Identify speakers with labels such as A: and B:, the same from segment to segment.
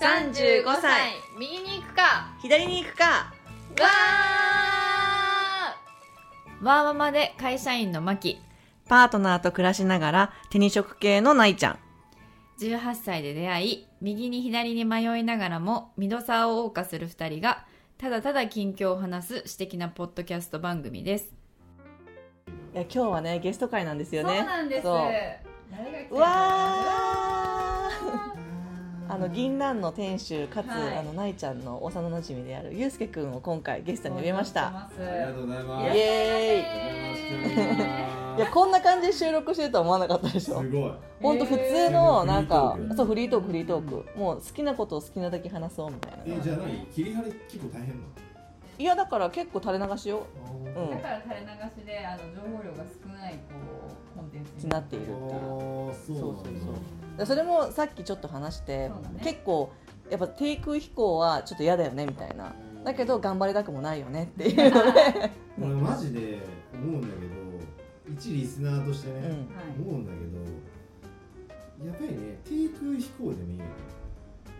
A: 35歳
B: 右に行くか
A: 左に行くか
B: わ
C: ワーママで会社員のマキ
A: パートナーと暮らしながら手に職系のないちゃん
C: 18歳で出会い右に左に迷いながらもミドサーを謳歌する2人がただただ近況を話す私的なポッドキャスト番組です
A: いや今日はねゲスト会なんです
B: ー
A: よ
B: そう
A: ね
B: なんです
A: そう
B: 誰が来てる
A: う
B: か
A: わーあの銀杏の店主かつ、
B: はい
A: あのないちゃんの幼馴染であるゆうすけくんを今回ゲストに呼びました
B: そう
D: ありが
B: なって
D: とうござい
B: ま
D: ますす。
A: イ
D: イ
A: エ
D: エーイ
A: いやこんな感じで収録してるとは思わなかったでし
D: す
A: ょ
D: ごい。
A: ほんと普通の
D: えー
A: なんか
D: フリートーク
A: そうフリートークフリートークもう好きなことを好きなだけ話そうみたい
D: え
A: な
D: じゃあ何切り張り結構大変ない
A: やだから結構垂れ流しよう
D: の。
A: ん
B: だから垂れ流しであの情報量が少ないこうコンテンツ
A: になっているっていう
D: ああそうなんだ
A: そうそうでそれもさっきちょっと話して、
B: そうだね
A: 結構やっぱ低空飛行はちょっと嫌だよねみたいなだけど頑張りたくもないよねっていうので、
D: 俺マジで思うんだけど一リスナーとして
A: う
D: ね、
A: ん、
B: はい
D: 思うんだけどやっぱりね低空飛行でもいいよね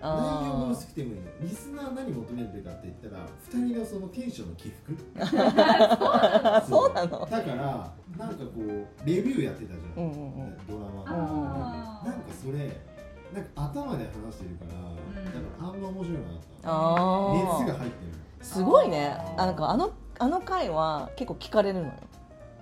D: 内容が
A: あ
D: 薄くてもいいのリスナー何求めてるかって言ったら二人のそのテンションの起伏
A: あそうなの
D: だからなんかこうレビューやってたじゃ
A: うん
D: ん、
A: うんうん
D: ドラマ
B: あ
D: の
B: ー
D: なんかそれなんか頭で話してるか
B: う
D: ら、
B: ん
D: なんかあんま面白くなかっ
A: あー
D: た熱が入ってる
A: すごいね
B: あー
A: あなんかあのあの回は結構聞かれるのよ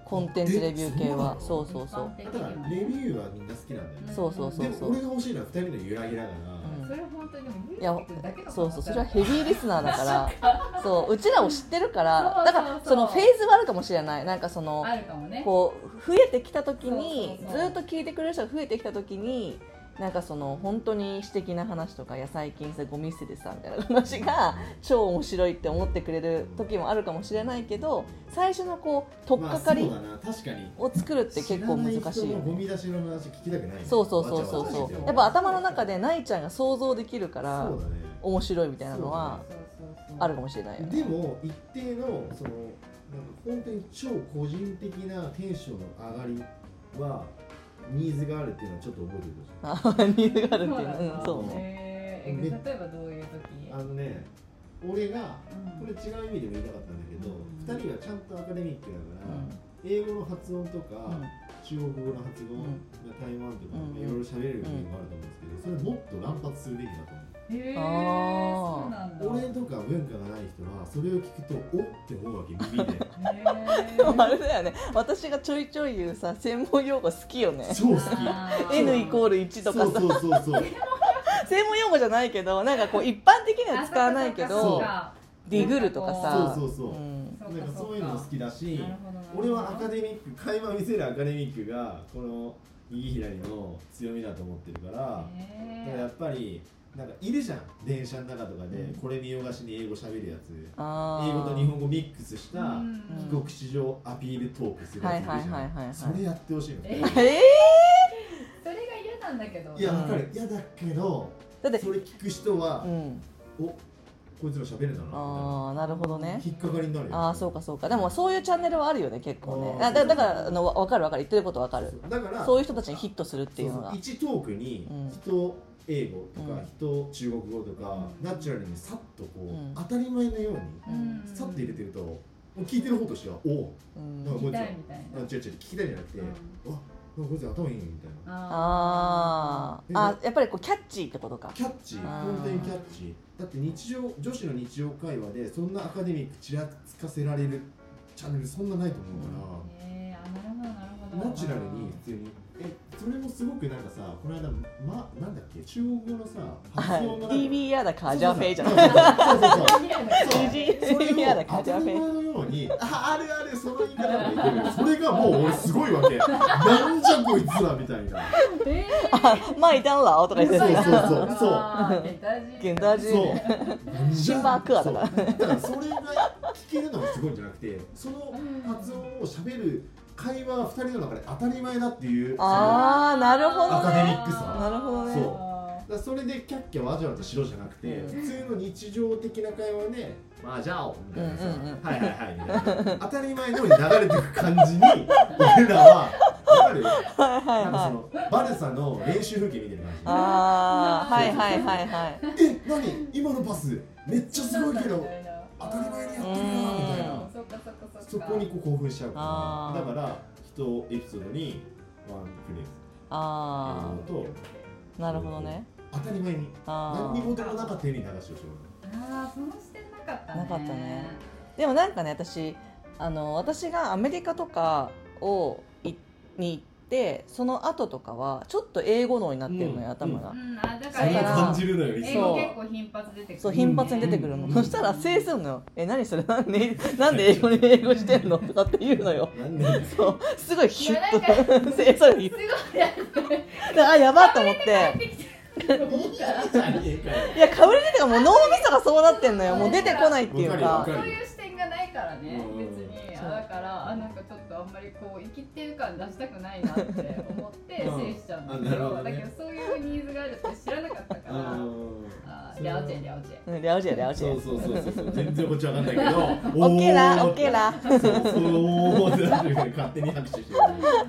A: コンテンツレビュー系は
D: え
A: そ
D: そうう
A: そうそう
D: だからレビューはみんな好きなんだよね、
A: そうそうそう
D: で
A: そ
D: も
A: う
D: 俺が欲しいのは2人の揺らぎだから、
A: うん
B: それ本当にでも
A: いや
B: ゆうきくんだけの
A: そうそうそれは
B: 話だ
A: ヘビーリスナーだからそううちらを知ってるからだから
B: そう
A: そ
B: そうそう
A: のフェーズはあるかもしれないなんかその
B: あるかもね
A: こう増えてきた時に
B: そうそ
A: ず
B: うそ
A: っ
B: う
A: と聞いてくれる人が増えてきた時になんかその本当に私的な話とかいや最近さゴミ捨ててさみたいな話が超面白いって思ってくれる時もあるかもしれないけど最初のこう取っかかり
D: まあ、そうだな確かに
A: を作るって結構難
D: 知ら
A: しい
D: な
A: よ
D: 人のゴ
A: ね。
D: ミ出しの話聞きたくない
A: そうそうそうそうそ
D: わちゃわちゃして
A: う
D: て
A: やっぱ頭の中でないちゃんが想像できるから
D: そうだね
A: 面白いみたいなの
D: そ
A: は
D: う
B: そうそうそう
A: あるかもしれないよね
D: でも一定のそのなんか本当に超個人的なテンションの上がりはニーズがあるっていうのはちょっと覚えておい
A: あニー
D: てほしい
A: ズがあるっていう
B: なんだ
A: のうんそうね
B: へーえ例えばどういう時
D: あのね俺が
B: う
D: こ
B: ん
D: れ違う意味でも言いたかったんだけど、
B: うん
D: 二人がちゃんとアカデミックだ
A: う
D: から、
A: ん
D: 英語の発音とか、
A: うん
D: 中国語の発
A: う
D: 音、
A: ん
D: 台湾とか
A: うん
D: いろいろ喋れる部分があると思うんですけど、それもっと乱発するべきだと思う
B: へー
A: あー
B: そうなんだ
D: 俺とか文化がない人はそれを聞くとおって思うわけ 耳で
B: へー
A: で もあれだよね私がちょいちょい言うさ専門用語好きよね
D: 超好き
B: あー
A: N イコール1
D: そ
A: と
D: う
A: かさ
D: そうそうそう
A: 専門用語じゃないけどなんかこう一般的には使わないけ
B: あそう
A: ど
B: か
A: ディグルとかさ
D: そうそうそうん
B: そうか
D: なんかそういうのも好きだし
B: なるほどなるほど
D: 俺はアカデミック会話見せるアカデミックがこの右左の強みだと思ってるから、だからや
B: へ
D: っぱりなんかいるじゃん電車の中とかで
A: うん
D: これ見よがしに英語喋るやつ
A: あー
D: 英語と日本語ミックスし
B: ー
D: た
B: う
D: 帰
B: ん
D: 国史上アピールトークするやついるじ
A: はいはいはいはい
D: ゃ
A: はい
D: んそれやってほしいの
A: え
B: えそれが嫌なんだけど
D: いや
A: うん
D: わかる嫌だけど
A: ー、だって
D: それ聞く人は
A: うん
D: おこいつら喋るんだな
A: ああなるほどね
D: みたいな引っかかりになるよ
A: ああそうかそうかでもそういうチャンネルはあるよね結構ね
D: あー
A: あだだからあのわ分かる分かる言ってること分かる
D: だから
A: そういう人たちにヒットするっていうのが
D: そ1トークに
A: うん
D: 人英語と
A: う
D: か
A: ん
D: 人中国語とか
B: うん
D: ナチュラルにさっとこ
A: うん
D: う当たり前のよう
B: うん
D: にさっと入れてるともう聞いてる方としてはおお
A: うん
D: なんかこ
B: 聞
D: い
B: き
D: つら
B: たいみたい
D: あ
B: な
D: 違う違う聞きたいじゃなくて
B: うん
D: あなんかこいつら頭いいねみたいな
A: あーあやっぱりこうキャッチーってことか
D: キャッチー
A: あー
D: 本当にキャッチーだって日常女子の日常会話でそんなアカデミックちらつかせられるチャンネルそんなないと思うから、
B: へーあなるほどなるほど
D: ナチュラルに普通にえそれもすごくなんかさこの間、ま、なんだっけ中国語のさ発音の
A: DBR だ
D: カ
A: かジャフェイじゃ
D: な
A: ないい
D: そうそうそうそう
B: 未来の
D: そう
A: DBR だ
D: 当
A: かジ
D: た
A: ャフェ
D: り前
A: イ
D: のようにああるあるその言い方がいけるそれがもう俺すごいわけなんじゃこいつらみたいな
B: え
A: あマイダンラオとか言ってるんだ
D: そうそうそうそう
B: うゲタジー
A: ゲタジー
D: そう。
A: シンバークアだから
D: そうだからそれが聞けるのがすごいんじゃなくて、その発音を喋る会話が二人の中で当たり前だっていう。
A: ああなるほ
D: ア
A: ど
D: カデミ
A: ね
D: ックさ
A: なるほどね
D: そうだからそれでキャッキャわじゃわじゃしろじゃなくて、
A: う
D: 普通の日常的な会話で、まあじゃあおみたいなさ、
A: うんうんうん
D: はいはいはいみたいな、当たり前のように流れていく感じに、俺らは、だからる
A: はいはい
D: なんかそ
A: はい
D: のバルサの練習風景見てる感
A: ああはいはいはいはい
D: じえ何今のパスめっちゃすごいけど当たり前にやってるなみ
A: う
D: たい
A: ん
D: な
B: そっかそっかそっか
D: そこにこう興奮しちゃう
A: あ
D: か
A: ー
D: らだから一エピソードにワンフレーズ
A: あ
D: 映像と
A: あなるほどね
D: 当たり前に
A: あ
D: 何
A: ー
D: 事もなかったように流してほしい
B: ああその視点なかったね
A: なかったねでもなんかね私あの私がアメリカとかをいに行ってその後とかはちょっと英語能になってるのよ、
D: うん
A: 頭が
B: う、んあだ
D: そ
B: か
D: れを
A: だから
B: ら
D: 感じるのより
B: 英
A: そ
B: 語
A: う
B: 結構頻発出てくる
A: そう頻発に出てくるの、
D: うん
A: そしたら制するのよ「え何それ なんでなんで英語に英語してんの?」とかって言うのよ
D: なんで
A: そうすごいヒュ
B: いやなん
A: ッと
B: か
A: 制する
B: すごいやって
A: あやばっと思って
B: きて る思った
D: じゃねえかよ
A: いやかぶれてるからもう脳みそがそうなってんのよもう出てこないっていう
D: わ
A: か
D: かる
B: そういう視点がないからね、
D: うん
B: 別に
A: そう
B: あだからあなんかちょっとあんまりこう生きてる感出したくないなって思って
D: うん
B: 制しちゃうんだけど,、
D: あなるほどね
B: だけどそういうニーズがあるって知らなかったから、あーりゃおちえりゃおち
A: うん了解了
D: そう
A: 解
D: そうそうそうそう全然こっちわかんないけ
A: オ
D: ど
A: ッケー
D: お
A: らオッケー
D: ー
A: ら
D: そうそうおーってなってるけど勝手に拍手してる
A: なるほどね
B: えそういうことか
D: う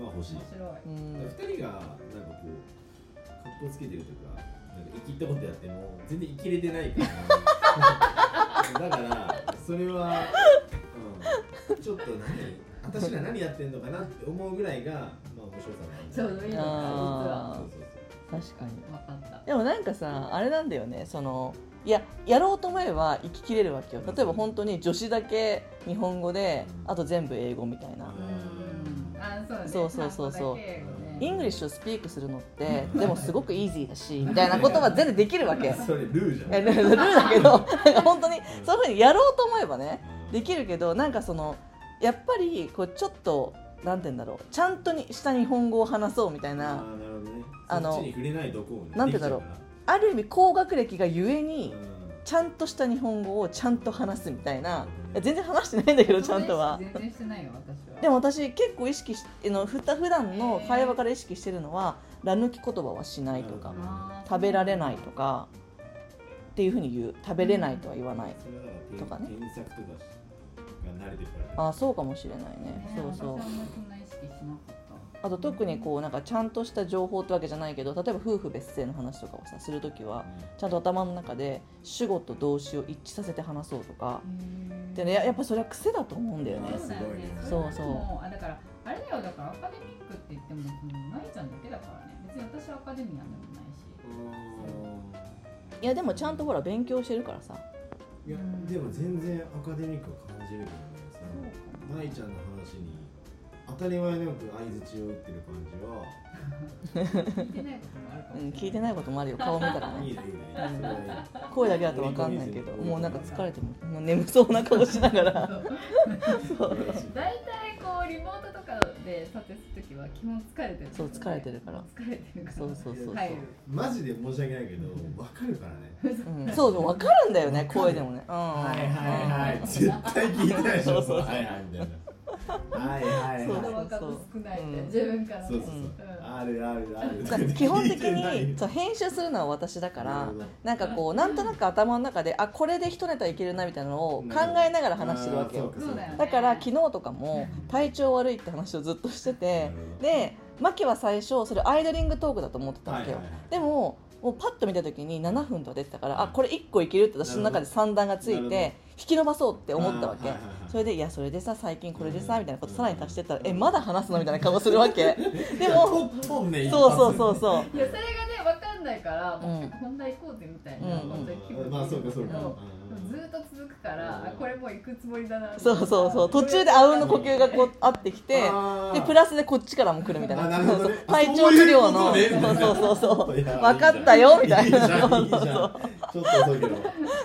D: んまあ欲しい
B: 面白い
A: うん
D: 二人がなんかこう格好つけてるとかなんか生きったことやっても全然生きれてないからだからそれは、うん、ちょっと何私ら何やってんのかなって思うぐらいがまあ面白さなん
B: ちょうどいいのか実
A: あ
B: は
D: そうそう
A: 確かに
B: わかった
A: でもなんかさあれなんだよねそのいややろうと思えば生ききれるわけよ例えば本当に女子だけ日本語であと全部英語みたいな
B: う
D: うん
B: んあそうだね
A: そうそうそうそう
B: 単語だけ英語ね
A: イングリッシュをスピークするのって
D: うん
A: でもすごくイージーだしみたいなことが全然できるわけ
D: そうそれルーじゃん
A: えルールーだけどなんか本当にそういうふうにやろうと思えばねできるけどなんかそのやっぱりこうちょっとなんて言うんだろうちゃんとにした日本語を話そうみたい
D: あ
A: な
D: ーなるほどね
A: あの
D: そっちに触れないとこをね
A: なんてだろう
D: できちゃ
A: ある意味高学歴がゆえに
D: うから
A: ちゃんとした日本語をちゃんと話すみたいな
D: うん
A: 全然話してないんだけどちゃんとは
B: 全然してないよ私は
A: で
B: も
A: も私結構意識しあのふた普段の会話から意識してるのは「ら抜き言葉はしない」とか
D: な
A: 「
D: る
A: 食べられない」とかっていうふうに言う食べれないとは言わない
D: それはだから
A: とかね
D: 添削とかが慣れてるからね
A: あそうかもしれないね
B: ね
A: そうそう
B: 私はあんまりそんな意識しなかった
A: あと特にこうなんかちゃんとした情報ってわけじゃないけど例えば夫婦別姓の話とかをさするときはちゃんと頭の中で主語と動詞を一致させて話そうとかでねややっぱそれは癖だと思うんだよね
D: あすごいね
A: そうそう
B: もあだからあれだよだからアカデミックって言ってもそのまゆちゃんだけだからね別に私はアカデミアでもない し
A: いやでもちゃんとほら勉強してるからさ
D: いやでも全然アカデミックを感じるけどねそ
B: そう
D: の
B: か
D: 舞ちゃんの話に当たり前のよく相槌を打ってる感じは
B: な聞いてないこともあるかも
A: う
B: しれ
A: ん
B: ない
A: 聞いてないこともあるよ顔見たらね
D: いいですね
A: 声だけだと分かんないけどもうなんか疲れてももう眠そうな顔しながらそ
D: すご
A: う
D: い嬉しい
B: 大体こうリモートとかで撮影するときは基本疲れてる
A: そう疲れてるから
B: 疲れてるから
A: そうそうそうそう、
B: 入る
D: マジで申し訳ないけど分かるからね
A: うん、そうでも分かるんだよね声でもねうん
D: はい絶対聞いてないでしょ
A: そうそうそう
D: はいはいみたいなはいはい
A: そう
B: 言
D: は
B: 葉数少ないって、
A: うん
B: 自分から
D: い
B: ね
D: そうそうそううんあるあるあ
A: だから
D: る
A: 基本的
D: 聞いて
A: に
D: ない
A: そう編集するのは私だか
D: な
A: ら
D: るほど
A: なんかこうなんとなく頭の中であこれで一ネタいけるなみたいなのを考えながら話してるわけよ
D: あーそうかそうか
A: だから昨日とかも体調悪いって話をずっとしててでマキは最初それアイドリングトークだと思ってたわけよ、
D: はいはいはい
A: でももうパッと見た時に7分とか出てたからあこれ1個いけるって私の中で算段がつ
D: ないるほど
A: て引き伸ばそうって思ったわけ、
D: あーはいはいはい
A: それでいやそれでさ最近これでさみたいなことさらに足してったら
D: うん
A: えまだ話すのみたいな顔するわ けでも
D: とっとんね
A: そうそうそうそう
B: いやそれがね分かんないから、
A: うん
B: 本題行こうぜみたいな、
A: うんうん
B: 本当に気分で
D: まあそうかそうか
B: ずーっと続くから、
D: うん
B: あこれもう行くつもりだな
A: そうそうそう途中であうんの呼吸がこう合ってきてでプ
D: ラ
A: ラスでこっちからも来るみたいな
D: あなるほど
A: そう
D: ね
A: そう体調不良の
D: あそういうことね
A: そうそうそうそう
D: いや
A: 分かったよみたい
D: い
A: な
D: じゃんいいじゃんちょっと遅いけど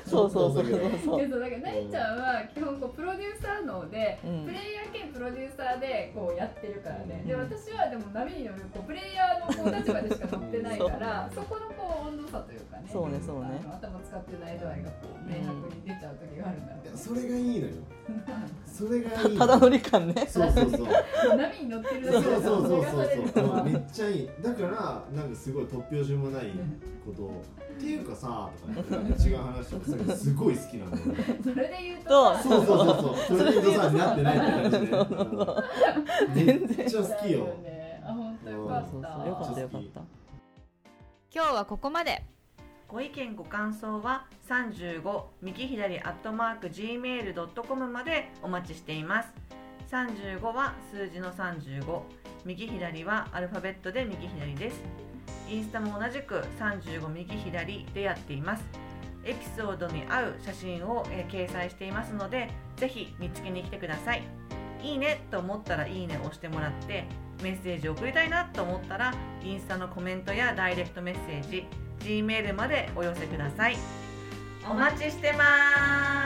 A: そうそうそうそう
B: い
A: そう
B: やそうだからなえちゃんは基本こうプロデューサーので、
A: うん
B: プレイヤー兼プロデューサーでこうやってるからね、
D: うん
B: で私はでも波に乗るこうプレイヤーのこう立場でしか乗ってないから
D: そ
B: そうこのこう温度差というかね
A: そうねそうね
B: あの頭使ってない度合いがこう明白に出ちゃう時があるんだろうね
D: それがいいのよそれがいい
E: ただ乗り感ね
D: そうそうそう
B: 波に乗ってる
D: そ
B: だ
D: う
B: け
D: そ
B: だ
D: うそうそうそう
B: 流されるのは
D: めっちゃいいだからなんかすごい突拍子もないことをっていうかさとか言って違う話とかするすごい好きなんだよね
B: それで言う
E: と
B: と
D: そうそうそうそうそれでさんになってないって感じでうんめっちゃ好きよ
B: だねあ本当よ
E: そ
B: か
E: う
B: っ
E: そう
B: た
E: そうよかったよかった
C: 今日はここまで
A: ご意見ご感想は35右左アットマーク gmail.com までお待ちしています35は数字の35右左はアルファベットで右左ですインスタも同じく35右左でやっていますエピソードに合う写真を、えー掲載していますのでぜひ見つけに来てくださいいいねと思ったらいいねを押してもらってメッセージを送りたいなと思ったらインスタのコメントやダイレクトメッセージ G メールまでお寄せください。お待ちしてます。